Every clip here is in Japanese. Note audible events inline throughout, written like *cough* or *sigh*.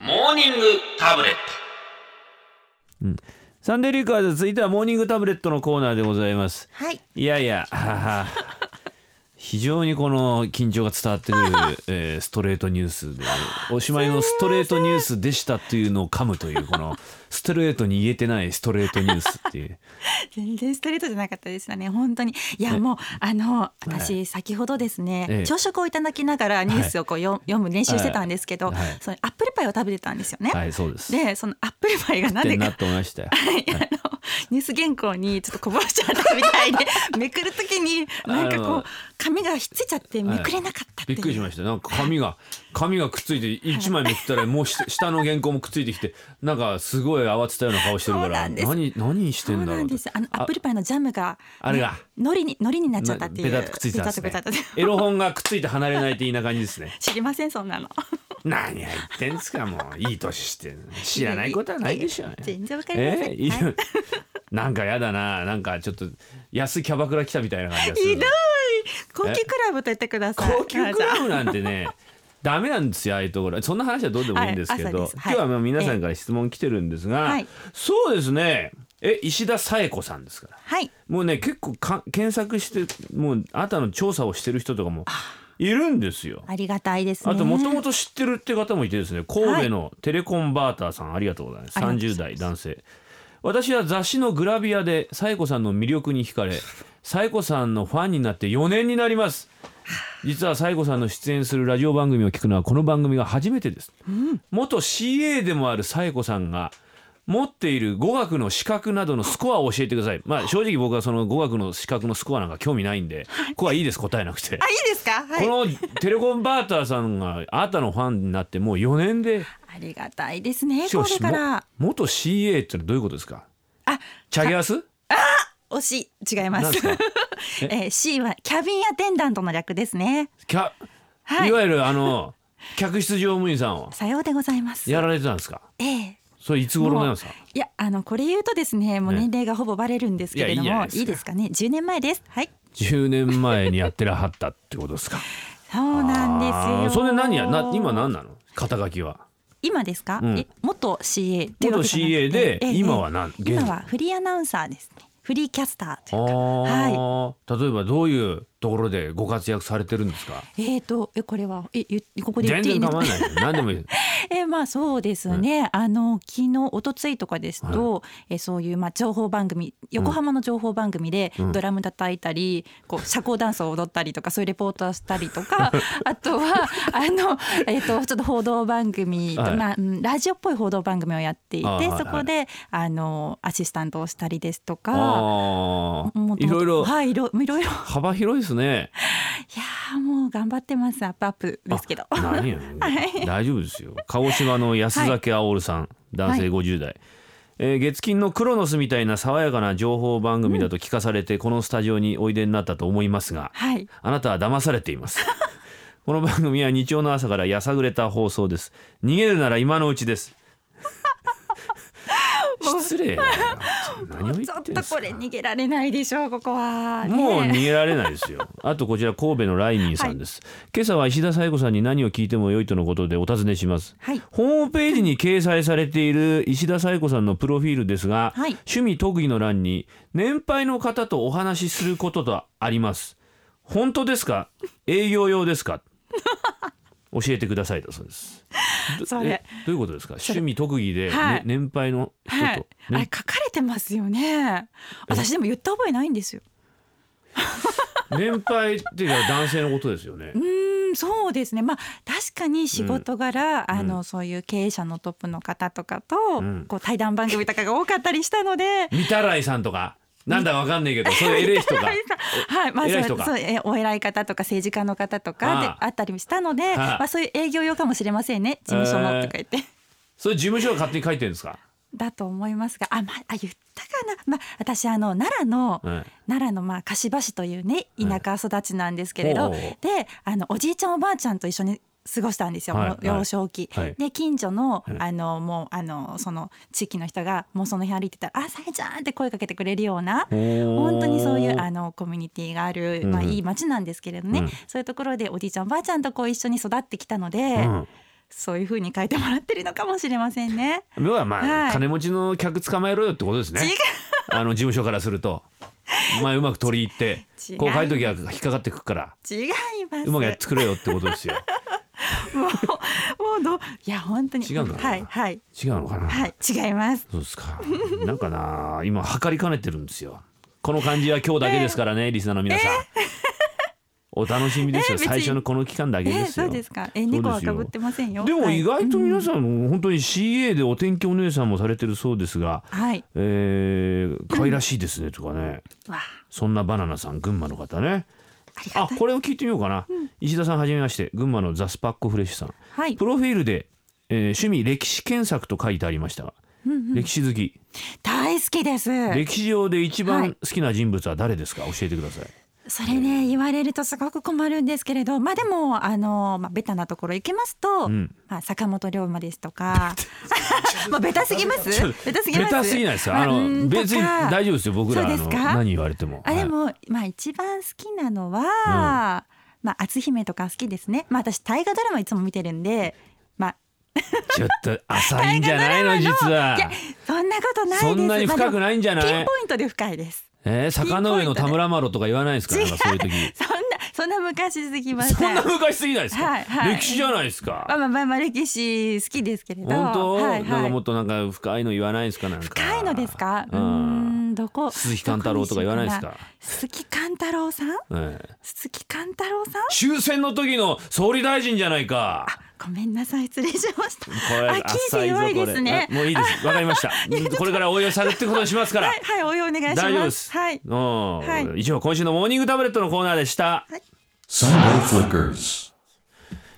ニングタブレッサンデーリーカーズ続いてはモーニングタブレットのコーナーでございますはい。いやいやはは非常にこの緊張が伝わって *laughs* くる、えーストレートニュースでおしまいのストレートニュースでしたっていうのを噛むというこ *laughs* のストレートに言えてないストレートニュースっていう全然ストレートじゃなかったですね。本当に。いや、えもう、あの、い私、先ほどですね、ええ朝食をいただきながら、ニュースをこう、よ読む練習してたんですけど。はいはいそのアップルパイを食べてたんですよね。はいそうですで、そのアップルパイがっなんてでなっか。てましたよ *laughs* はい、あのニュース原稿にちょっとこぼしちゃったみたいで *laughs* めくるときになんかあこうの紙がひっついちゃってめくれなかったっびていっう、くりしましたなんか紙が紙がくっついて一枚めくったらもう *laughs* し下の原稿もくっついてきてなんかすごい慌てたような顔してるかそうならんです何何してそうだんなろうんとですあのアップルパイのジャムが、あれがのりにのりになっちゃったっていペうタッとくっついてたんですペタねッとくっついちゃったエロ本がくっついて離れないっていいな感じです *laughs* ね知りませんそんなの何言ってんすかもういい年して知らないことはないでしょうね全然わかりません、えーいいはいよ *laughs* なんかやだななんかちょっと安キャバクラ来たみたいな感じがすひるどい高級クラブと言ってください高級クラブなんてねダメなんですよああいうところそんな話はどうでもいいんですけはいど、朝ですはい今日はもう皆さんから質問来てるんですが、はいそうですねえ石田紗恵子さんですからはいもうね結構か検索してもうあなたの調査をしてる人とかもいるんですよ。ありがたいですねあともともと知ってるって方もいてですね神戸のテレコンバーターさん、ありがとうございますありがとうござ30いま代す男性私は雑誌のグラビアで紗栄子さんの魅力に惹 *laughs* かれ紗栄子さんのファンになって4年になります実は紗栄子さんの出演するラジオ番組を聞くのはこの番組が初めてです、元 CA でもある紗栄子さんが持っている語学の資格などのスコアを教えてくださいまあ正直僕はその語学の資格のスコアなんか興味ないんでここはいいです答えなくてあいいですかはいこのテレコンバーターさんがあなたのファンになってもう4年でありがたいですねしかもこれからも元 CA ってのはどういうことですかあチャゲアス惜しい違いまなんすですか *laughs* えー、C はキャビンアテンダントの略ですねキャ、、はいいわゆるあの客室乗務員さんをさようでございますやられてたんですかええそれいつ頃なんですかもういやあのこれ言うとですねもうね年齢がほぼバレるんですけれどいやいいじゃないですかも、いいですかね10年前ですはい10年前にやってらはったってことですかそうなんあでーすよそれで何やな今何なの肩書きは今ですか、うんえ元 CA っていう元わけじゃな CA くてでええ今は何現今はフリーアナウンサーですねフリーキャスターあというかはー例えばどういうところでご活躍されてるんですかいえー、とえこれはえゆここで全言っていい然の構わないよ何でもい *laughs* いえーまあそうですね、あの昨日一昨日とかですと、えーそういうまあ情報番組横浜の情報番組でうんドラム叩いたり、こ *laughs* う社交ダンスを踊ったりとかそういうレポートをしたりとかあとはあの、えー、とちょっと報道番組と、はいまあ、うんラジオっぽい報道番組をやっていて、あはいはいそこであのアシスタントをしたりですとか。あもあといもとろいろはいいろいろいろい幅広いですね。やーもう頑張ってますアップアップですけどあ何よ、大丈夫ですよ。鹿児島の安崎あおるさん、男性50代。えー月金のクロノスみたいな爽やかな情報番組だと聞かされて、このスタジオにおいでになったと思いますが、はいあなたは騙されています。この番組は日曜の朝からやさぐれた放送です。逃げるなら今のうちです。失礼だよ。何を言ちょっってんとすこかれ逃げられないでしょうここは、ねもう逃げられない *laughs* ですよ。あとこちら神戸のライミーさんです。今朝は石田紗友子さんに何を聞いてもよいとのことでお尋ねします。はいホームページに掲載されている石田紗友子さんのプロフィールですが、はい趣味特技の欄に年配の方とお話しすることとあります。本当ですか？営業用です *laughs* か？教えてくださいだそうです。どそれえどういうことですか？趣味特技で、ねはい年配の人と、はい、あれね書かれてますよね私でも言った覚えないんですよ年配っていうのは男性のことですよねう。ーんそうですねまあ確かに仕事柄、あのそういう経営者のトップの方とかと、んこう対談番組とかが多かったりしたのでみたらいさんとかなんだかわかんないけどそういう偉い人がはいまあ、偉い人そうかそうえお偉い方とか政治家の方とかであああったりしたのあであまあ、そういう営業用かもしれませんね事務所えのーとか言って。それ事務所が勝手に書いてるんですか、だと思いますが、あ、まあ、言ったかな、まあ、私、あの奈良の、うん奈良のまあ柏市というね田舎育ちなんですけれうんど、ほうほうであのおじいちゃんおばあちゃんと一緒に過ごしたんですよ、はいもう幼少期、はいで近所のうんあのもうあのその地域の人がもうその辺歩いてたら「あさえちゃん!」って声かけてくれるような本当にそういうあのコミュニティがある、まあ、うんいい町なんですけれどね、うんそういうところでおじいちゃんおばあちゃんとこう一緒に育ってきたので、うんそういうふうに書いてもらってるのかもしれませんね。要はまあ、はい金持ちの客捕まえろよってことですね違うあの事務所からするとまあうまく取り入って違うこう書いときは引っかかってくから違います。うまくやってくれよってことですよもうもうどういや本当に違うのかなはいはい違うのかな、はい違います。そうですかなんかな今測りかねてるんですよこの感じは今日だけですからね、リスナーの皆 *laughs* さん、お楽しみですよ、えー別に最初のこの期間だけえでー、すそよ、うですか。えー、猫はかぶってませんよ。でも意外と皆ささん、本当に CA でお天気お姉さんもされてるそうですが、ん、はい。えー、可愛らしいですねとかね、わあ、そんなバナナさん群馬の方ねありがあたい。これを聞いてみようかな、石田さんはじめまして群馬のザスパックフレッシュさんはいプ。ロフィールで、えー趣味歴史検索と書いてありましたが、歴史好き大好きです。歴史上で一は番い好きな人物は誰ですか教えてください。それね言われるとすごく困るんですけれど、まあでもあのまあベタなところ行きますと、んまあ坂本龍馬です *laughs* とか、 *laughs* まあベタすぎますちょっと？ベタすぎます？ベタすぎないですよ。まあうのんとか別に大丈夫ですよ。僕らあそうでのすか何言われても。あではいも、まあ一番好きなのは、んまあ篤姫とか好きですね。まあ私大河ドラマいつも見てるんで、まあ。ちょっと浅いんじゃないの実はいやそんなことないです。そんなに深くまあないんじゃでもピなンいポ？イントで深いです。えー、坂の上の田村麻呂とか言わないですか？なんかそういう *laughs* 時。そんなそんな昔すぎません。そんな昔すぎないですか？はいはい歴史じゃないですか。まあまあまあまあ歴史好きですけれど。本当、はいなんはかもいっ。となんか深いの言わないですかなんか。深いのですか。ううーん。んどこ。鈴木貫太郎とか言わないですかどこにしような。鈴木貫太郎さん？ええ鈴木貫太郎さん？終戦の時の総理大臣じゃないか。ごめんなさい失礼しました。これあ、記浅事いぞ弱いこでれすねあ。もういいですわかりました *laughs* これから応用されってことにしますから、はいはい応用お願いします。大丈夫です、はい。うん、はい以上今週のモーニングタブレットのコーナーでした、 Sunday Flickers.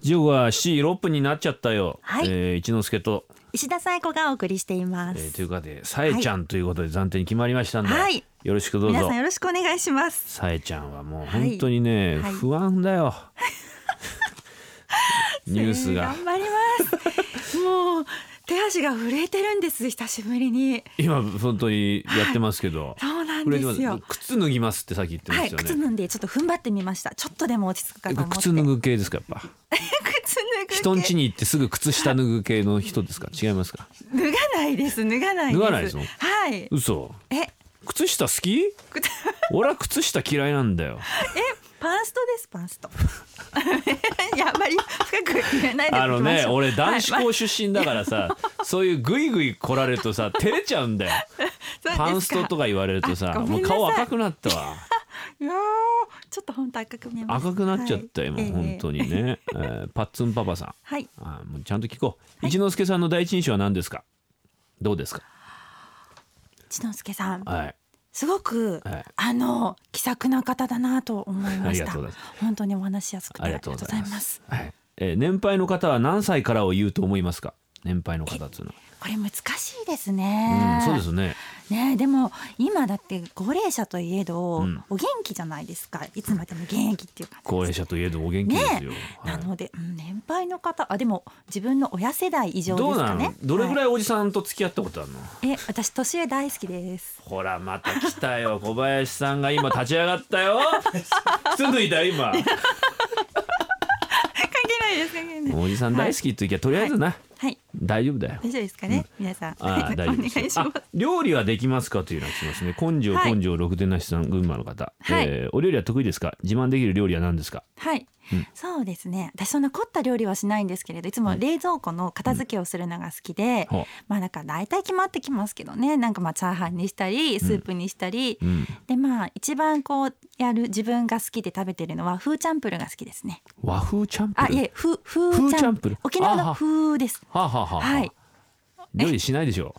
時刻は7時6分になっちゃったよ、はいえー一之輔と、石田紗友子がお送りしていえまーすと。いうかでさえちゃんということで暫定に決まりましたんで、はいよろしくどう皆ぞさんよろしくお願いします。さえちゃんはもうはい本当にね、はい不安だ *laughs* よニュースがえ頑張ります。もう手足が震えてるんです久しぶりに。今本当にやってますけど、そうなんこれで今すよ。靴脱ぎますってさっき言ってまはしたいよね、靴脱んでちょっと踏ん張ってみました。ちょっとでも落ち着くかと思って。靴脱ぐ系ですかやっぱ *laughs* 靴脱ぐ人ん家にに行ってすぐ靴下脱ぐ系の人ですか違いますか脱がないです脱がないです脱がないですのはい嘘え靴下好き靴 *laughs* 俺は靴下嫌いなんだよパンストですパンスト *laughs* いやあんまり深く言えないであのね俺男子校師出身だからさそういうグイグイ来られるとさ照れちゃうんだよ *laughs* パンストとかか言われるとさあごもめうんなさい顔赤くなったわいやーちょっと本当赤く見えます赤くなっちゃったよはもいう本当ええにねえーパッツンパパさんはいあもうちゃんと聞こう一之輔さんの第一印象は何ですかどうですか千之助さんはいすごく、はいあの気さくな方だなと思いましありがたとうございま本当にお話しやすくてありがとうございありがとまうございますすはいえー年配の方は何歳からを言うと思いますか年配の方っていうのはこれ難しいですうねん、、そうですね。ねえでも今だって高齢者といえど、うんお元気じゃないですかいつまでも現役っていう感じ高齢者といえどお元気ですよ。はいなので、うん年配の方あでも自分の親世代以上でどうすなかのね？どれぐはらいおじさんと付き合ったことあるの？いえ私年上大好きですほらまた来たよ小林さんが今立ち上がった *laughs* よ。靴脱いだ今。関係ないです関係ないおじさん大好きって時はとりあえずな、はい大丈夫だよ。大丈夫ですかね、皆さん *laughs* おああ大丈願夫いでしますすよ。あ料理はできますかというのは来ますね。根性はい根性六点なしさん群馬の方、はいえーお料理は得意ですか？自慢できる料理は何ですか？はい、うんそうですね私そんな凝った料理はしないんですけれどいつも冷蔵庫の片付けをするのが好きで、ほまあなんか大体決まってきますけどねなんかまあチャーハンにしたりスープにしたり、ううん、でまあ一番こうやる自分が好きで食べてるのは風チャンプルが好きですね和風チャンプルあいえ風風風チチャャンンププルル沖縄あはの風ですはあはあはあはあはい料理しないでしょ。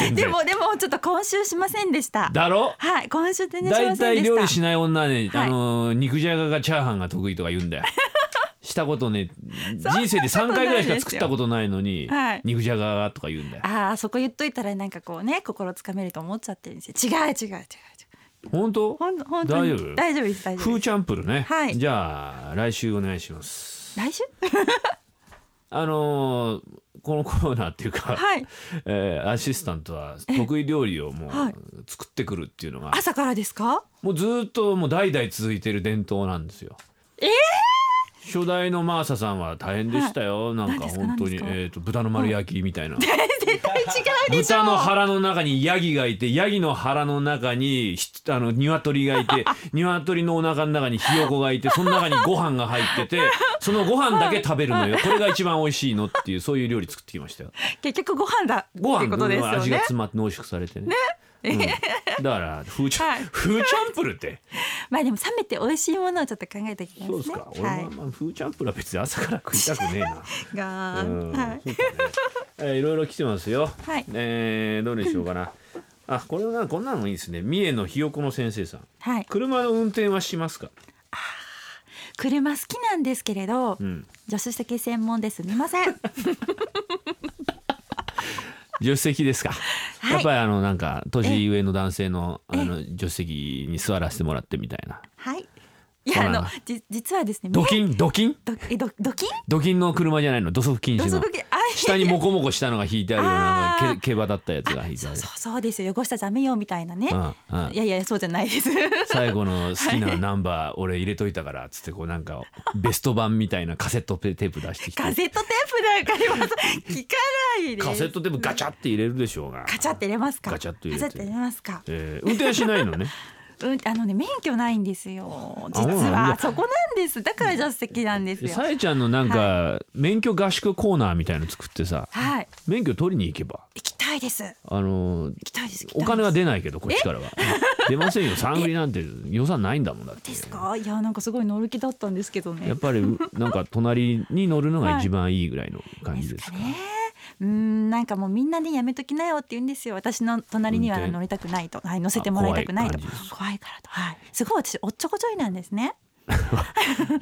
全で然もでもちょっと今週しませんでしただろ？はい今週全然し大ません体でした料理しない女ね、はいあのー肉じゃががチャーハンが得意とか言うんだ *laughs* よしたことね人生で3回ぐらいしか作ったことないのに、はい肉じゃががとか言うんだよああそこ言っといたらなんかこうね心つかめると思っちゃってるんですよ違う違う違う違う本当ほん本当に大丈夫大丈夫です大丈夫風ですチャンプルね、はいじゃあ来週お願いします来週あのーこのコーナーっていうか、はいえーアシスタントは得意料理をもうはい作ってくるっていうのが、朝からですか *laughs* もうずーっともう代々続いてる伝統なんですよ。え初代のマーサさんは大変でしたよ、なんか何ですか本当に何ですかえー、と豚の丸焼きみたいな、絶対違うでしょ豚の腹の中にヤギがいてヤギの腹の中にひあの鶏がい *laughs* て鶏のお腹の中にひよこがいてその中にご飯が入って *laughs* てそのご飯だけ食べるのよこれが一番美味しいのっていうそういう料理作ってきましたよ結局ご飯だってご飯このとですよ味がね詰まって濃縮されてねうんだからフーチャ,、はいフーチャンプルってまあでも冷めて美味しいものをちょっと考えていきたいそうでですすねか、俺もあんまフーチャンプルは別に朝から食いたくねえ *laughs* ないがうんはいそうかねえーいろいろ来てますよ。はいえーどれにしようかな。あ、これはなこんなのいいですね。三重のひよこの先生さん。はい車の運転はしますか。車好きなんですけれどうん。助手席専門ですみませ *laughs* ん助手席ですか。いやっぱりあのなんか年上の男性のあの助手席に座らせてもらってみたいな。はいいやあそうなんのだじ実はですねドキンドキンどえどドキンドキンの車じゃないの。土足禁土止の足。禁あ下にモコモコしたのが引いてあるようなあーなんかけ競馬だったやつが引いてあそうる。そうそうですよ汚したらダメよみたいなねうんうんいやいやそうじゃないです最後の好きなナンバー俺入れといたからっつってこうなんかベスト版みたいなカセットテープ出してきてカセットテープなんかあります聞かないですカセットテープガチャって入れるでしょうがガチャって入れますかガチャって入れてガチャ入れますかえー運転しない *laughs* のねうん、あのね免許ないんですよあそ実うなんだはそこなんですだから助手席なんですよさえちゃんのなんか、免許合宿コーナーみたいの作ってさはい免許取りに行けば行きたいです行あのーきたいです行きたいお金はで出ないけどこっちからは出ま *laughs* せんよサングリなんて予算ないんだもんだってすですかいやなんかすごい乗る気だったんですけどねやっぱりうなんか隣に乗るのが一番いいぐらいの感じですか、ねえうーんなんかもうみんなねやめときなよって言うんですよ私の隣に運は転乗りたくないと、はい、乗せてもらいたくないとあ怖い怖感いからと、はい、すごい私おっちょこちょいなんですね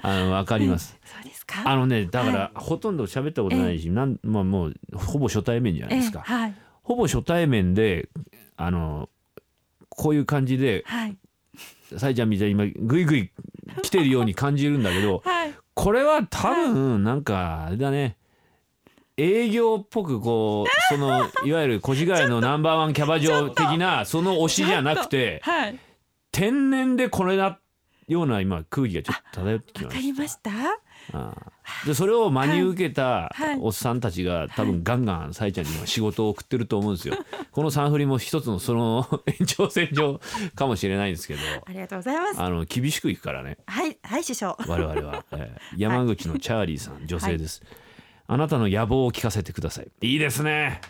あのわかりますそうですかあのねだから、ほとんど喋ったことないし、なんまあ、もうほぼ初対面じゃないですか、ええはいほぼ初対面であのこういう感じではいさえちゃんみたいに今グイグイ来てるように感じるんだけ *laughs* どはいこれは多分なんかあれだね営業っぽくこうそのいわゆる越谷のナンバーワンキャバ嬢的なその推しじゃなくてはいわ天然でこれだような今空気がちょっと漂ってきまかしたりましたああでそれを真に受けたはいはいおっさんたちが多分ガンガンさえちゃんに今仕事を送ってると思うん *laughs* ですよ。このサンフリも一つのその *laughs* 延長線上かもしれないんで *laughs* すけどありがとうございますあの厳しくいくからねはいはい師匠我々は、えー山口のチャーリーさん女性です、あなたの野望を聞かせてください。いいですね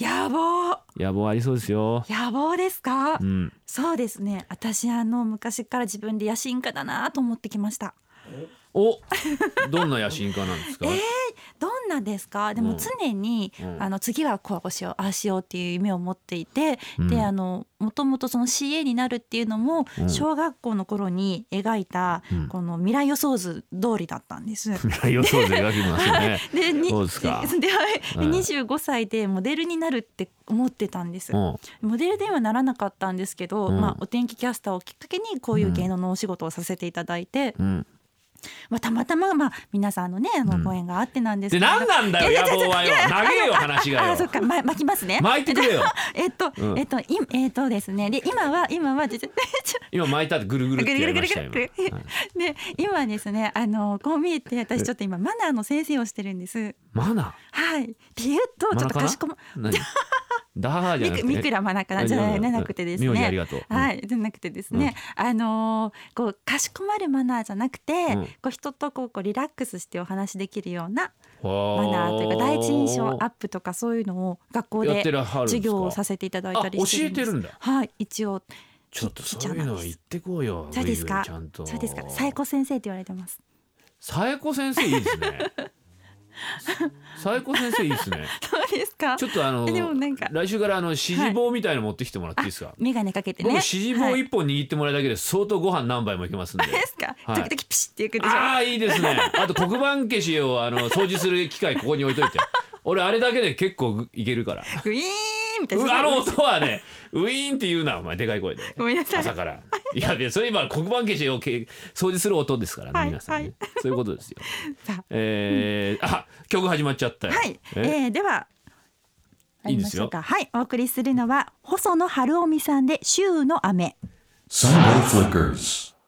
野望野望ありそうですよ。野望ですか、うん、そうですね私あの昔から自分で野心家だなと思ってきましたおどんな野心家なんですか、 *laughs* えーどんなですかでうもん常に、うんあの次はこうしようああしようっていう夢を持っていて、うんであのもともとその CA になるっていうのも、うん小学校の頃に描いた、うんこの未来予想図通りだったんです。予想図描きますよね。 *laughs* でにそうですかではいでうん25歳でモデルになるって思ってたんです。うんモデルではならなかったんですけど、うんまあ、お天気キャスターをきっかけにこういう芸能のお仕事をさせていただいて、うん、まあ、たまたま、まあ、皆さんのねあうのんご縁があってなんですでけど、何なんだいよやいや野望はよいやいや長えよあの話があよあそっか、ま、巻きますね。巻いてくれよえっと、うんえっと、い、えっとですね、で、今は、今は、で、ちょ *laughs* 今巻いたってぐるぐるってやりましたよぐるぐるぐるぐるで、今ですね、あの、こう見えて、私ちょっと今マナーの先生をしてるんです。今マナはい、ピュッと、ちょっとかしこま、ー *laughs* 何ダハーじゃなくてミクねミクラマナカナじゃなくてです名字あねり。がとうはい、じゃなくてですね、あのーこうかしこまるマナーじゃなくて、うんこう人とこうこうリラックスしてお話しできるようなママナーというか第一印象アップとかそういうのを学校やってでらっしゃるんですか授業をさせていただいたりしてるんです。あ教えてるんだはい、一応ちょっとそういうのは言ってこうよそうですぐいぐいかちゃんとそうですか。サイコ先生って言われてます。サエコ先生いいですねサエコ先生いいです *laughs* ねそうですかち。ょっとあのえでもなんか来週からあの指示棒みたいの持ってきてもらっていいですかメガネかけてね。僕指示は棒い一本握ってもらうだけで相当ご飯何杯もいけますんでですか。はい時々ピシっていくでしょ。ああいいです *laughs* ねあと黒板消しをあの掃除する機械ここに置いといて俺あれだけで結構いけるからウィーンみたいうな。あの音はねウィーンって言うなお前でかい声でごめんなさい。朝からいやでそれ今黒板消しをけ掃除する音ですからねはい皆さんね、はいそういうことですよ *laughs* さあえーあ曲始まっちゃったよはい、ええー、では。いいですよ参りましょうかはい、お送りするのは細野晴臣さんで週の雨。 Sunday Flickers.